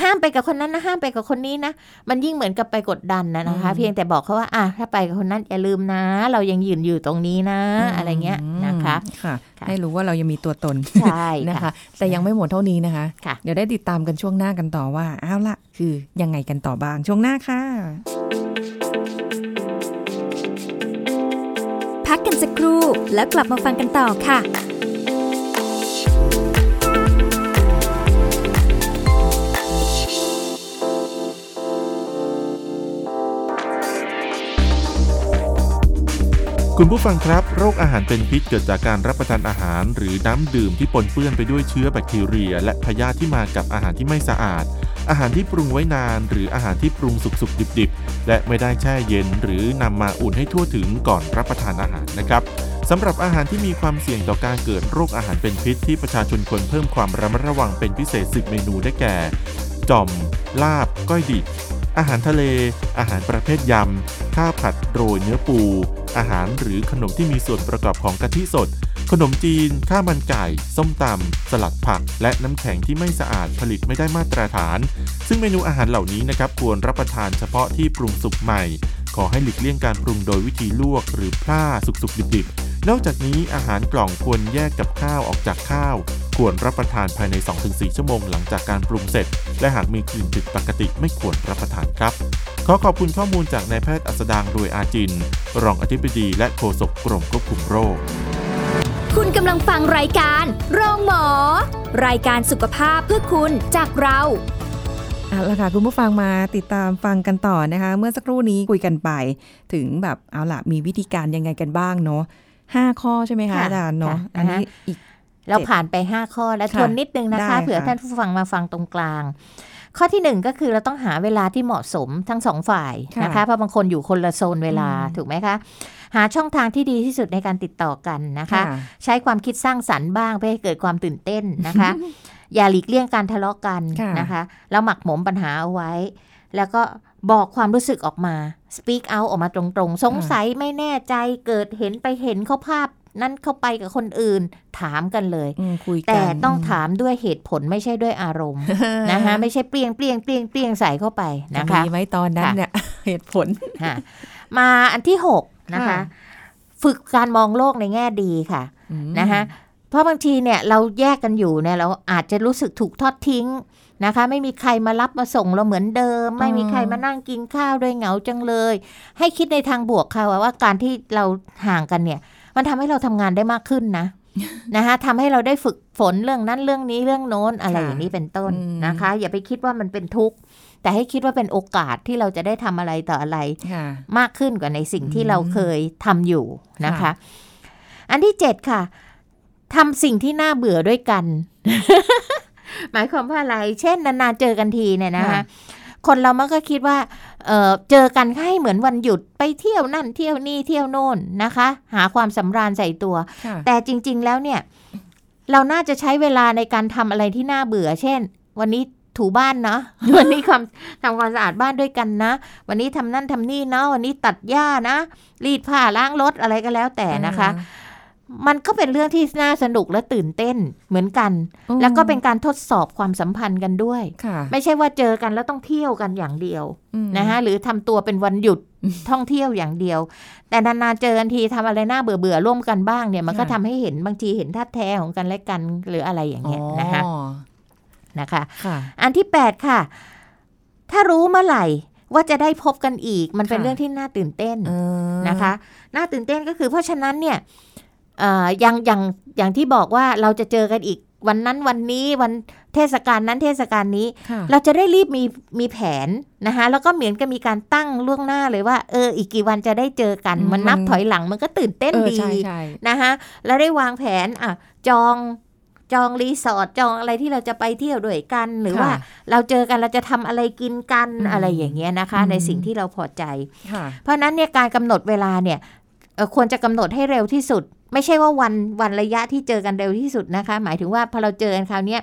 Speaker 2: ห้ามไปกับคนนั้นนะห้ามไปกับคนนี้นะ มันยิ่งเหมือนกับไปกดดันนะนะคะ
Speaker 1: อืม
Speaker 2: เพียงแต่บอกเขาว่าอ่ะถ้าไปกับคนนั้นอย่าลืมนะ เรายังยืนอยู่ตรงนี้นะ
Speaker 1: ม
Speaker 2: อะไรเงี้ยนะคะ
Speaker 1: ค่ะ
Speaker 2: ค่ะ
Speaker 1: ให้รู้ว่าเรายังมีตัวตน
Speaker 2: ใช่
Speaker 1: นะ
Speaker 2: ค่ะ
Speaker 1: คะ แต่ยังไม่หมดเท่านี้นะคะ
Speaker 2: ค่ะ
Speaker 1: เดี๋ยวได้ติดตามกันช่วงหน้ากันต่อว่าอ้าวละคือยังไงกันต่อบ้างช่วงหน้าค่ะ
Speaker 3: พักกันสักครู่แล้วกลับมาฟังกันต่อค่ะ
Speaker 4: คุณผู้ฟังครับ โรคอาหารเป็นพิษเกิดจากการรับประทานอาหาร หรือน้ำดื่มที่ปนเปื้อนไปด้วยเชื้อแบคทีเรีย และพยาธิที่มากับอาหารที่ไม่สะอาด อาหารที่ปรุงไว้นาน หรืออาหารที่ปรุงสุกๆดิบๆ และไม่ได้แช่เย็น หรือนำมาอุ่นให้ทั่วถึงก่อนรับประทานอาหารนะครับสำหรับอาหารที่มีความเสี่ยงต่อการเกิดโรคอาหารเป็นพิษที่ประชาชนควรเพิ่มความระมัดระวังเป็นพิเศษ 10 เมนูได้แก่ จ่อม ลาบ ก้อยดิบ อาหารทะเล อาหารประเภทยำ ข้าวผัดโรยเนื้อปู อาหารหรือขนมที่มีส่วนประกอบของกะทิสด ขนมจีน ข้าวมันไก่ ส้มตำ สลัดผัก และน้ำแข็งที่ไม่สะอาดผลิตไม่ได้มาตรฐาน ซึ่งเมนูอาหารเหล่านี้นะครับควรรับประทานเฉพาะที่ปรุงสุกใหม่ ขอให้หลีกเลี่ยงการปรุงโดยวิธีลวก หรือพล่าสุกๆดิบๆ นอกจากนี้อาหารกล่องควรแยกกับข้าวออกจากข้าว ควรรับประทานภายใน 2-4 ชั่วโมงหลังจากการปรุงเสร็จ และหากมีกลิ่นผิดปกติไม่ควรรับประทานครับ ขอขอบคุณข้อมูลจากนายแพทย์อัสดางรวยอาจิน รองอธิบดีและโฆษกกรมควบคุมโรค
Speaker 3: คุณกำลังฟังรายการ โรงหมอ รายการสุขภาพเพื่อคุณจากเรา
Speaker 1: เอาละค่ะคุณผู้ฟังมาติดตามฟังกันต่อนะคะ เมื่อสักครู่นี้คุยกันไป ถึงแบบเอาละมีวิธีการยังไงกันบ้างเนาะห้าข้อใช่ไหมคะ
Speaker 2: ค่ะ
Speaker 1: อาจารย์เนาะ
Speaker 2: ค่ะ
Speaker 1: อันนี้อีก
Speaker 2: เราผ่านไป 5 ข้อและ
Speaker 1: ค่ะ
Speaker 2: ทวนนิดนึงนะ
Speaker 1: ได้
Speaker 2: คะ
Speaker 1: ค่ะ
Speaker 2: เผื่อท่านผู้ฟังมาฟังตรงกลาง ข้อที่หนึ่งก็คือเราต้องหาเวลาที่เหมาะสมทั้งสองฝ่ายนะคะเพราะบางคนอยู่คนละโซนเวลาถูกไหมคะ หาช่องทางที่ดีที่สุดในการติดต่อกันนะคะ ใช้ความคิดสร้างสรรค์บ้างเพื่อให้เกิดความตื่นเต้นนะคะ อย่าหลีกเลี่ยงการทะเลาะกัน
Speaker 1: ค่ะ
Speaker 2: นะคะ แล้วหมักหมมปัญหาเอาไว้ แล้วก็บอกความรู้สึกออกมา speak out ออกมาตรงๆ สงสัยไม่แน่ใจเกิดเห็นไปเห็นเขาภาพ นั้นเข้าไปกับคนอื่น ถามกันเลย
Speaker 1: อืมคุยกัน
Speaker 2: แต่ต้องถามด้วยเหตุผลไม่ใช่ด้วยอารมณ์ นะคะไม่ใช่เปลี่ยงเปลี่ยงเปลี่ยงเปลี่ยงใส่เข้าไป
Speaker 1: จะ
Speaker 2: นะคะ
Speaker 1: มีไหมตอนนั้น
Speaker 2: ค่ะ
Speaker 1: เนี่ย เหตุผล
Speaker 2: ฮะมาอันที่ 6 นะคะ
Speaker 1: ค่ะ
Speaker 2: ฝึกการมองโลกในแง่ดีค่ะ
Speaker 1: อืม
Speaker 2: นะคะเพราะบางทีเนี่ยเราแยกกันอยู่เนี่ยเราอาจจะรู้สึกถูกทอดทิ้งนะคะ ไม่มีใครมารับมาส่งเราเหมือนเดิม ไม่มีใครมานั่งกินข้าวด้วยเหงาจังเลย ให้คิดในทางบวกค่ะว่าการที่เราห่างกันเนี่ย มันทำให้เราทำงานได้มากขึ้น นะ นะคะทำให้เราได้ฝึกฝนเรื่องนั้นเรื่องนี้เรื่องโน้นอะไรอย่างนี้เป็นต้น
Speaker 1: อืม
Speaker 2: นะคะ อย่าไปคิดว่ามันเป็นทุกข์ แต่ให้คิดว่าเป็นโอกาสที่เราจะได้ทำอะไรต่ออะไร
Speaker 1: ค่ะ
Speaker 2: มากขึ้นกว่าในสิ่งที่
Speaker 1: อืม
Speaker 2: เราเคยทำอยู่นะคะ
Speaker 1: ค่ะ
Speaker 2: อันที่ 7 ค่ะทำสิ่งที่น่าเบื่อด้วยกัน หมายความว่าอะไร เช่นนานๆเจอกันทีเนี่ยนะคะ คนเรามันก็คิดว่าเอ่อเจอกันก็ให้เหมือนวันหยุดไปเที่ยวนั่นเที่ยวนี่เที่ยวโน่นนะคะ หาความสำราญใส่ตัว
Speaker 1: ค่ะ
Speaker 2: แต่จริง ๆ แล้วเนี่ย เราน่าจะใช้เวลาในการทำอะไรที่น่าเบื่อ เช่น วันนี้ถูบ้านเนาะ วันนี้ความทำความสะอาดบ้านด้วยกันนะ วันนี้ทำนั่นทำนี่เนาะวันนี้ตัดหญ้านะ รีดผ้าล้างรถอะไรก็แล้วแต่นะคะ มันก็เป็นเรื่องที่น่าสนุกและตื่นเต้นเหมือนกัน
Speaker 1: อืม
Speaker 2: แล้วก็เป็นการทดสอบความสัมพันธ์กันด้วย
Speaker 1: ค่ะ
Speaker 2: ไม่ใช่ว่าเจอกันแล้วต้องเที่ยวกันอย่างเดียว
Speaker 1: อืม
Speaker 2: นะคะหรือทำตัวเป็นวันหยุดท่องเที่ยวอย่างเดียว แต่นานๆเจอกันทีทำอะไรน่าเบื่อๆร่วมกันบ้างเนี่ยมันก็
Speaker 1: ค่ะ
Speaker 2: ทำให้เห็นบางทีเห็นท่าแท้ของกันและกันหรืออะไรอย่างเงี้ยนะคะ
Speaker 1: อ๋อ
Speaker 2: นะคะ
Speaker 1: ค่ะ
Speaker 2: อันที่ 8 ค่ะ ถ้ารู้เมื่อไหร่ว่าจะได้พบกันอีก มันเป็น
Speaker 1: ค่ะ
Speaker 2: เรื่องที่น่าตื่นเต้น
Speaker 1: เออ
Speaker 2: นะคะ น่าตื่นเต้นก็คือเพราะฉะนั้นเนี่ยเอ่ออย่างอย่างอย่างที่บอกว่าเราจะเจอกันอีก วันนั้นวันนี้วันเทศกาลนั้นเทศกาลนี้
Speaker 1: ค่ะ
Speaker 2: เราจะได้รีบมีมีแผนนะคะแล้วก็เหมือนกับมีการตั้งล่วงหน้าเลยว่าเอออีกกี่วันจะได้เจอกัน
Speaker 1: อืม
Speaker 2: มันนับ
Speaker 1: มัน
Speaker 2: ถอยหลังมันก็ตื่นเต้น
Speaker 1: เออ
Speaker 2: ดี
Speaker 1: ใช่ใช่
Speaker 2: นะคะแล้วได้วางแผนอ่ะจองจองรีสอร์ทจองอะไรที่เราจะไปเที่ยวด้วยกัน หรือว่า
Speaker 1: ค่ะ
Speaker 2: เราเจอกันเราจะทำอะไรกินกัน
Speaker 1: อืม
Speaker 2: อะไรอย่างเงี้ยนะคะ
Speaker 1: อืม
Speaker 2: ในสิ่งที่เราพอใจ
Speaker 1: ค่ะ
Speaker 2: เพราะฉะนั้นเนี่ยการกำหนดเวลาเนี่ยเอ่อควรจะกำหนดให้เร็วที่สุด ไม่ใช่ว่าวันวันระยะที่เจอกันเร็วที่สุดนะคะ หมายถึงว่าพอเราเจอกันคราวเนี้ย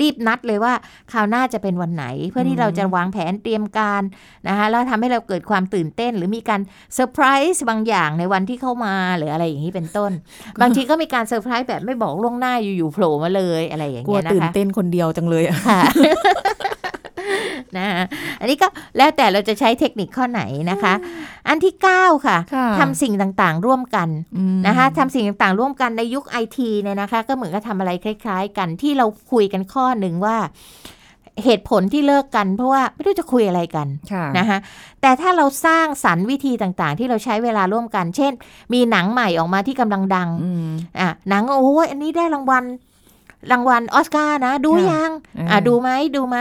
Speaker 2: รีบนัดเลยว่าคราวหน้าจะเป็นวันไหน เพื่อที่เราจะวางแผนเตรียมการนะคะแล้วทำให้เราเกิดความตื่นเต้น หรือมีการเซอร์ไพรส์บางอย่างในวันที่เข้ามาหรืออะไรอย่างนี้เป็นต้ น บางทีก็มีการเซอร์ไพรส์แบบไม่บอกล่วงหน้าอยู่ๆโผล่มาเลยอะไรอย่าง
Speaker 1: กลัว
Speaker 2: เงี้ยนะคะ
Speaker 1: ตื่นเต้นคนเดียวจังเลยอะ
Speaker 2: ค่ะ นะอันนี้ก็แล้วแต่เราจะใช้เทคนิคข้อไหนนะคะ อันที่ 9 ค่ะ
Speaker 1: ค่ะ
Speaker 2: ทำสิ่งต่างๆ ร่วมกัน
Speaker 1: อืม
Speaker 2: นะคะทำสิ่งต่างๆ ร่วมกันในยุคไอทีเนี่ยนะคะ ก็เหมือนกับทำอะไรคล้าย ๆ กันที่เราคุยกันข้อหนึ่งว่า เหตุผลที่เลิกกัน เพราะว่าไม่รู้จะคุยอะไรกัน
Speaker 1: ค่ะ
Speaker 2: นะคะแต่ถ้าเราสร้างสรรค์วิธีต่างๆ ที่เราใช้เวลาร่วมกัน เช่น มีหนังใหม่ออกมาที่กำลังดัง
Speaker 1: อืม
Speaker 2: อ่ะหนังโอ้ยอันนี้ได้รางวัลรางวัลออสการ์นะ ดู
Speaker 1: ค่ะ
Speaker 2: ยัง
Speaker 1: เอออ่
Speaker 2: อ่ะดูไหมดูไหม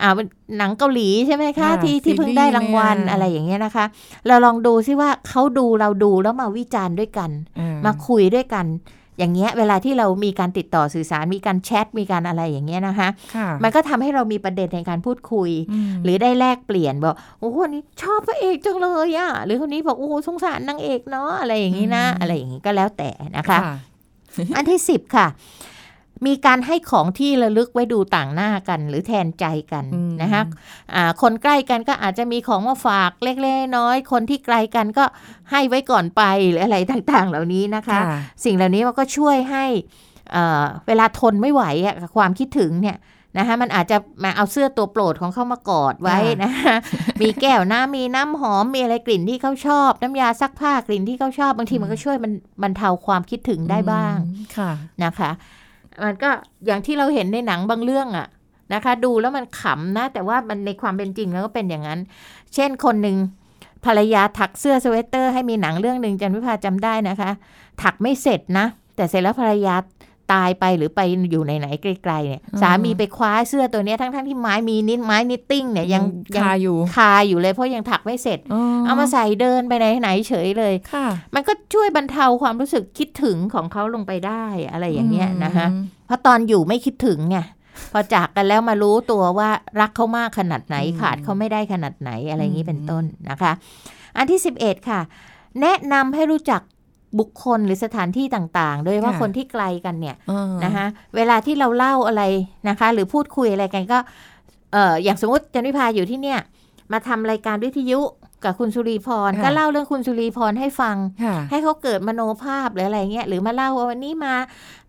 Speaker 2: อ่ะหนังเกาหลีใช่ไหมคะ
Speaker 1: ค่ะ
Speaker 2: ที่ที่เพิ่งได้รางวัล
Speaker 1: ซีรีส์เนี่ย
Speaker 2: อะไรอย่างเงี้ยนะคะ เราลองดูซิว่าเขาดูเราดูแล้วมาวิจารณ์ด้วยกัน
Speaker 1: อ่
Speaker 2: มาคุยด้วยกัน อย่างเงี้ยเวลาที่เรามีการติดต่อสื่อสารมีการแชทมีการอะไรอย่างเงี้ยนะคะ
Speaker 1: ค่ะ
Speaker 2: มันก็ทำให้เรามีประเด็นในการพูดคุย
Speaker 1: ม
Speaker 2: หรือได้แลกเปลี่ยนบอกโอ้โหคนนี้ชอบพระเอกจังเลยอะหรือคนนี้บอกโอ้โหสงสารนางเอกเนาะอะไรอย่างนี้นะ
Speaker 1: อืม
Speaker 2: อะไรอย่างนี้ก็แล้วแต่นะคะ อันที่ 10 ค่ะ มีการให้ของที่ระลึกไว้ดูต่างหน้ากัน หรือแทนใจกัน
Speaker 1: อืม
Speaker 2: นะคะอ่าคนใกล้กันก็อาจจะมีของมาฝากเล็กๆน้อยๆคนที่ไกลกันก็ให้ไว้ก่อนไปหรืออะไรต่างๆ เหล่านี้นะคะ
Speaker 1: ค่ะ
Speaker 2: สิ่งเหล่านี้มันก็ช่วยให้เอ่อเวลาทนไม่ไหวอะกับความคิดถึงเนี่ยนะคะมันอาจจะมาเอาเสื้อตัวโปรดของเขามากอดไว้นะคะ มีแก้วน้ำมีน้ำหอมมีอะไรกลิ่นที่เขาชอบ น้ำยาซักผ้ากลิ่นที่เขาชอบบางทีมันก็ช่วยมันบรรเทาความคิดถึงได้บ้าง
Speaker 1: อืมค่ะ
Speaker 2: นะคะ มันก็อย่างที่เราเห็นในหนังบางเรื่องอะนะคะ ดูแล้วมันขำนะ แต่ว่ามันในความเป็นจริงแล้วก็เป็นอย่างนั้น เช่นคนหนึ่งภรรยาถักเสื้อสเวตเตอร์ให้มีหนังเรื่องหนึ่งจันวิภาจำได้นะคะ ถักไม่เสร็จนะ แต่เสร็จแล้วภรรยาตายไปหรือไปอยู่ไหนๆไกลๆเนี่ย
Speaker 1: อืม
Speaker 2: สามีไปคว้าเสื้อตัวเนี้ยทั้งๆที่ไม้มีนิดไม้นิตติ้งเนี่ยยังยัง
Speaker 1: คาอยู่
Speaker 2: คาอยู่เลยเพราะยังถักไม่เสร็จ เอา
Speaker 1: เอา
Speaker 2: มาใส่เดินไปไหนๆเฉยเลย
Speaker 1: ค่ะ
Speaker 2: มันก็ช่วยบรรเทาความรู้สึกคิดถึงของเขาลงไปได้อะไรอย่างเงี้ยนะคะ
Speaker 1: อืม
Speaker 2: เพราะตอนอยู่ไม่คิดถึงไง พอจากกันแล้วมารู้ตัวว่ารักเขามากขนาดไหนขาดเขาไม่ได้ขนาดไหนอะไรอย่างนี้เป็นต้นนะคะ อันที่ 11 ค่ะ แนะนำให้รู้จักบุคคลหรือสถานที่ต่างๆ โดยว่าคนที่ไกลกันเนี่ย
Speaker 1: เออ
Speaker 2: นะคะเวลาที่เราเล่าอะไรนะคะ หรือพูดคุยอะไรกันก็เอออย่างสมมติจันวิพาอยู่ที่เนี่ยมาทำรายการวิทยุ กับคุณสุรีพร
Speaker 1: ค่ะ
Speaker 2: ก็เล่าเรื่องคุณสุรีพรให้ฟัง
Speaker 1: ค่ะ
Speaker 2: ให้เขาเกิดมโนภาพหรืออะไรเงี้ยหรือมาเล่าว่าวันนี้มา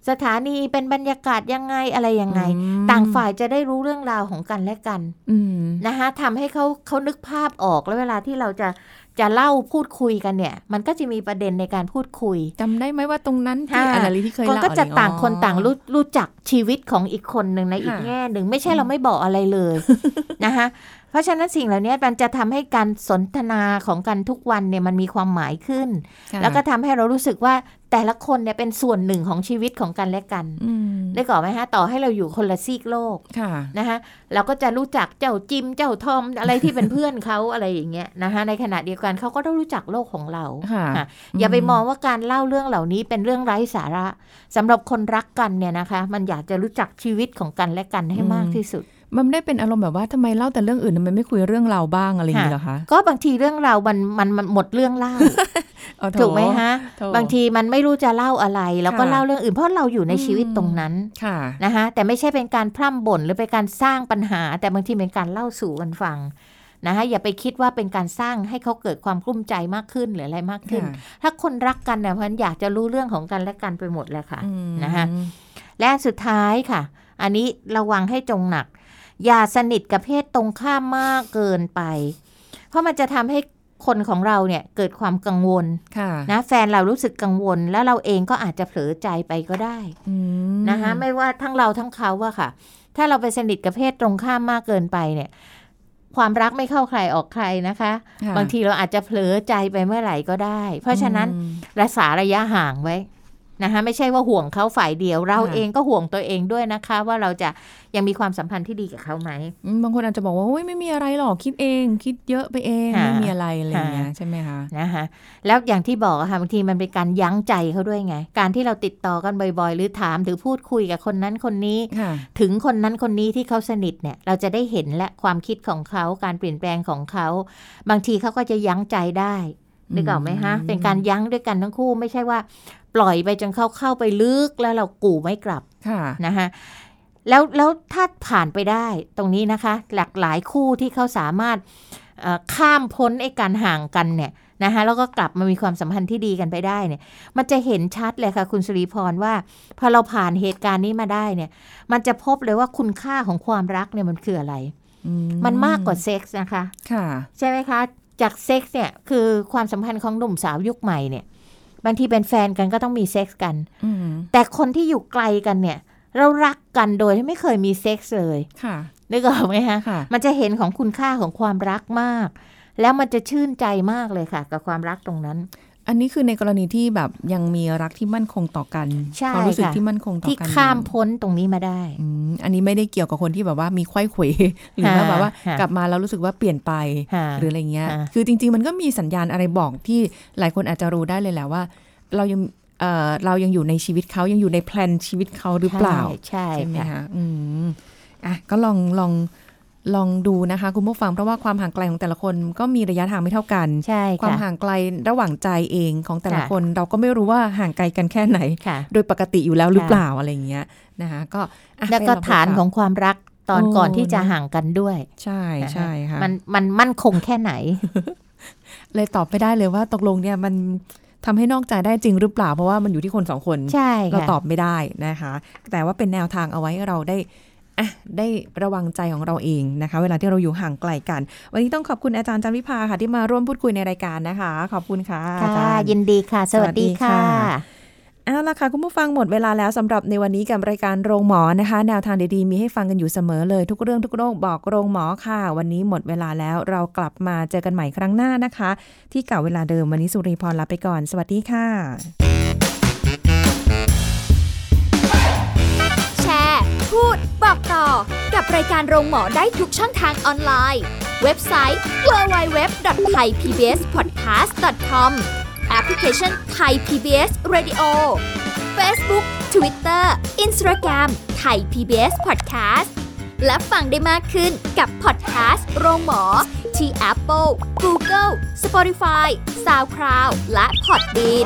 Speaker 2: สถานีเป็นบรรยากาศยังไงอะไรยังไง
Speaker 1: อืม
Speaker 2: ต่างฝ่ายจะได้รู้เรื่องราวของกันและกัน
Speaker 1: อืม
Speaker 2: นะคะทำให้เขาเขานึกภาพออกแล้วเวลาที่เราจะจะเล่าพูดคุยกันเนี่ย มันก็จะมีประเด็นในการพูดคุย
Speaker 1: จำได้ไหมว่าตรงนั้นที่
Speaker 2: ค่ะ
Speaker 1: อนาลิที่เคย
Speaker 2: คน
Speaker 1: เล่า
Speaker 2: ก็จะ
Speaker 1: อะไร
Speaker 2: ต่างคนต่าง
Speaker 1: อ๋อ
Speaker 2: รู้รู้จักชีวิตของอีกคนหนึ่งในอีก
Speaker 1: ค่ะ
Speaker 2: แง่หนึ่งไม่ใช่เราไม่บอกอะไรเลย นะคะเพราะฉะนั้นสิ่งเหล่านี้มันจะทำให้การสนทนาของกันทุกวันเนี่ยมันมีความหมายขึ้น
Speaker 1: ค่ะ
Speaker 2: แล้วก็ทำให้เรารู้สึกว่าแต่ละคนเนี่ยเป็นส่วนหนึ่งของชีวิตของกันและกัน
Speaker 1: อืม
Speaker 2: ได้ก่อนไหมฮะต่อให้เราอยู่คนละซีกโลก
Speaker 1: ค่ะ
Speaker 2: นะคะเราก็จะรู้จักเจ้าจิมเจ้าทอมอะไรที่เป็นเพื่อนเขาอะไรอย่างเงี้ยนะคะในขณะเดียวกันเขาก็ต้องรู้จักโลกของเรา
Speaker 1: ค่ะ
Speaker 2: อ่ะอย่าไป
Speaker 1: อืม
Speaker 2: มองว่าการเล่าเรื่องเหล่านี้เป็นเรื่องไร้สาระสำหรับคนรักกันเนี่ยนะคะ มันอยากจะรู้จักชีวิตของกันและกันให้มากที่สุด
Speaker 1: มันไม่ได้เป็นอารมณ์แบบว่าทำไมเล่าแต่เรื่องอื่นทำไมไม่คุยเรื่องเราบ้างอะไรอย่างนี้
Speaker 2: ค่ะ
Speaker 1: เหรอคะ
Speaker 2: ก็บางทีเรื่องเรามันมันมันหมดเรื่องเล่า
Speaker 1: เอาโถ
Speaker 2: ถูกไหมฮะ
Speaker 1: โถ
Speaker 2: บางทีมันไม่รู้จะเล่าอะไร แล้วก็
Speaker 1: ค่ะ
Speaker 2: เล่าเรื่องอื่นเพราะเราอยู่ในชีวิตตรงนั้น
Speaker 1: ค่ะ
Speaker 2: นะคะแต่ไม่ใช่เป็นการพร่ำบ่นหรือเป็นการสร้างปัญหา แต่บางทีเป็นการเล่าสู่กันฟังนะคะอย่าไปคิดว่าเป็นการสร้างให้เขาเกิดความกลุ้มใจมากขึ้นหรืออะไรมากขึ้น
Speaker 1: ค่ะ
Speaker 2: ถ้าคนรักกันเนี่ยมันอยากจะรู้เรื่องของกันและกันไปหมดเลยค่ะ
Speaker 1: อืม
Speaker 2: นะคะ และสุดท้ายค่ะ อันนี้ระวังให้จงหนัก อย่าสนิทกับเพศตรงข้ามมากเกินไป เพราะมันจะทำให้คนของเราเนี่ยเกิดความกังวล
Speaker 1: ค่ะ
Speaker 2: นะแฟนเรารู้สึกกังวล แล้วเราเองก็อาจจะเผลอใจไปก็ได้
Speaker 1: อืม
Speaker 2: นะคะไม่ว่าทั้งเราทั้งเขาอะค่ะ ถ้าเราไปสนิทกับเพศตรงข้ามมากเกินไปเนี่ย ความรักไม่เข้าใครออกใครนะคะ
Speaker 1: ค่ะ
Speaker 2: บางทีเราอาจจะเผลอใจไปเมื่อไหร่ก็ได้ เพราะฉะนั้น
Speaker 1: อืม
Speaker 2: รักษาระยะห่างไว้นะคะไม่ใช่ว่าห่วงเขาฝ่ายเดียว เรา
Speaker 1: ค่ะ
Speaker 2: เองก็ห่วงตัวเองด้วยนะคะ ว่าเราจะยังมีความสัมพันธ์ที่ดีกับเขาไหม
Speaker 1: อืมบางคนอาจจะบอกว่าโอ้ยไม่มีอะไรหรอกคิดเอง คิดเยอะไปเอง
Speaker 2: ค่ะ
Speaker 1: ไม่มีอะไรอะไรอย่างเงี้ย
Speaker 2: ค่ะ
Speaker 1: ใช่ไหมคะ
Speaker 2: นะคะแล้วอย่างที่บอกอะค่ะบางทีมันเป็นการยั้งใจเขาด้วยไง การที่เราติดต่อกันบ่อยๆ หรือถามหรือพูดคุยกับคนนั้นคนนี้
Speaker 1: ค่ะ
Speaker 2: ถึงคนนั้นคนนี้ที่เขาสนิทเนี่ย เราจะได้เห็นและความคิดของเขาการเปลี่ยนแปลงของเขา บางทีเขาก็จะยั้งใจได้นึกออกไหมฮะ
Speaker 1: อืม
Speaker 2: เป็นการยั้งด้วยกันทั้งคู่ไม่ใช่ว่า ปล่อยไปจนเขาเข้าไปลึกแล้วเรากู่ไม่กลับ
Speaker 1: ค่ะ
Speaker 2: นะคะแล้วแล้วถ้าผ่านไปได้ตรงนี้นะคะ หลากหลายคู่ที่เขาสามารถเอ่อข้ามพ้นไอ้การห่างกันเนี่ยนะคะแล้วก็กลับมามีความสัมพันธ์ที่ดีกันไปได้เนี่ย มันจะเห็นชัดเลยค่ะ คุณสุริพรว่า พอเราผ่านเหตุการณ์นี้มาได้เนี่ย มันจะพบเลยว่าคุณค่าของความรักเนี่ยมันคืออะไร
Speaker 1: อื
Speaker 2: มันมากกว่าเซ็กส์นะคะ
Speaker 1: ค่ะ
Speaker 2: ใช่ไหมคะ จากเซ็กส์เนี่ยคือความสัมพันธ์ของหนุ่มสาวยุคใหม่เนี่ย บางทีเป็นแฟนกันก็ต้องมีเซ็กส์กัน
Speaker 1: อืม
Speaker 2: แต่คนที่อยู่ไกลกันเนี่ย เรารักกันโดยที่ไม่เคยมีเซ็กส์เลย
Speaker 1: ค่ะ
Speaker 2: นึกออกไหมคะ
Speaker 1: ค่ะ
Speaker 2: มันจะเห็นของคุณค่าของความรักมาก แล้วมันจะชื่นใจมากเลยค่ะ กับความรักตรงนั้น
Speaker 1: อันนี้คือในกรณีที่แบบยังมีรักที่มั่นคงต่อกัน
Speaker 2: ใช่
Speaker 1: ความรู้สึก
Speaker 2: ค่ะ
Speaker 1: ที่มั่นคงต่อกัน
Speaker 2: ที่ข้า
Speaker 1: อ
Speaker 2: ม
Speaker 1: ยู่
Speaker 2: พ้นตรงนี้มาได้
Speaker 1: อืมอันนี้ไม่ได้เกี่ยวกับคนที่แบบว่ามีไขว้เขวหรือว่า
Speaker 2: ค่ะ
Speaker 1: แบบว่า
Speaker 2: ค่ะ
Speaker 1: กลับมาแล้วรู้สึกว่าเปลี่ยนไป
Speaker 2: ค่ะ
Speaker 1: หรืออะไรเงี้ย
Speaker 2: ค่ะ
Speaker 1: คือจริง ๆ มันก็มีสัญญาณอะไรบอกที่หลายคนอาจจะรู้ได้เลยแหละว่า เรายังเอ่อเรายังอยู่ในชีวิตเขายังอยู่ในแพลนชีวิตเขาหรือเปล่า
Speaker 2: ใช่
Speaker 1: ใช่ไหม
Speaker 2: ใช่ค่ะ
Speaker 1: คะอืมอ่ะก็ลองลองลองดูนะคะคุณผู้ฟังเพราะว่าความห่างไกลของแต่ละคนก็มีระยะทางไม่เท่ากัน
Speaker 2: ใช่
Speaker 1: ความ
Speaker 2: ค่ะ
Speaker 1: ห่างไกลระหว่างใจเองของแต่ละ
Speaker 2: ค่ะ
Speaker 1: คน เราก็ไม่รู้ว่าห่างไกลกันแค่ไหน
Speaker 2: ค่ะ
Speaker 1: โดยปกติอยู่แล้วหรือเปล่าอะไรอย่างเงี้ยนะคะก็อ่ะ
Speaker 2: แล้วก็
Speaker 1: ไปล
Speaker 2: ฐาน
Speaker 1: ไปฟั
Speaker 2: ของความรักตอน
Speaker 1: โอ้
Speaker 2: ก่อนที่จะห่างกันด้วย
Speaker 1: ใช่ใช่ค่ะ
Speaker 2: มันมันมั่นคงแค่ไหน
Speaker 1: เลยตอบไม่ได้เลยว่าตกลงเนี่ยมันทำให้นอกใจได้จริงหรือเปล่าเพราะว่ามันอยู่ที่คนสองคน
Speaker 2: ใช่
Speaker 1: เรา
Speaker 2: ค่ะ
Speaker 1: ตอบไม่ได้นะคะ แต่ว่าเป็นแนวทางเอาไว้ให้เราได้อ่ะได้ระวังใจของเราเองนะคะ เวลาที่เราอยู่ห่างไกลกัน วันนี้ต้องขอบคุณอาจารย์จันวิภาค่ะ ที่มาร่วมพูดคุยในรายการนะคะ ขอบคุณค่ะอาจา
Speaker 2: ค่ะ
Speaker 1: รย์
Speaker 2: ยินดีค่ะ สวัส
Speaker 1: ส
Speaker 2: ดี
Speaker 1: วัสดี
Speaker 2: ค่ะ
Speaker 1: ค่ะ เอาละค่ะ คุณผู้ฟังหมดเวลาแล้วสำหรับในวันนี้กับรายการโรงหมอนะคะ แนวทางดีๆมีให้ฟังกันอยู่เสมอเลย ทุกเรื่องทุกโรคบอกโรงหมอค่ะ วันนี้หมดเวลาแล้วเรากลับมาเจอกันใหม่ครั้งหน้านะคะ ที่เก่าเวลาเดิมวันนี้สุริพรลาไปก่อน สวัสดีค่ะ
Speaker 3: แชร์ พูด บอกต่อ กับรายการโรงหมอได้ทุกช่องทางออนไลน์ เว็บไซต์ www.thaipbspodcast.com แอปพลิเคชัน Thai PBS Radio Facebook Twitter Instagram Thai PBS Podcast และฟังได้มากขึ้นกับพอดแคสต์โรงหมอ ที่ Apple, Google, Spotify, SoundCloud และ Podbean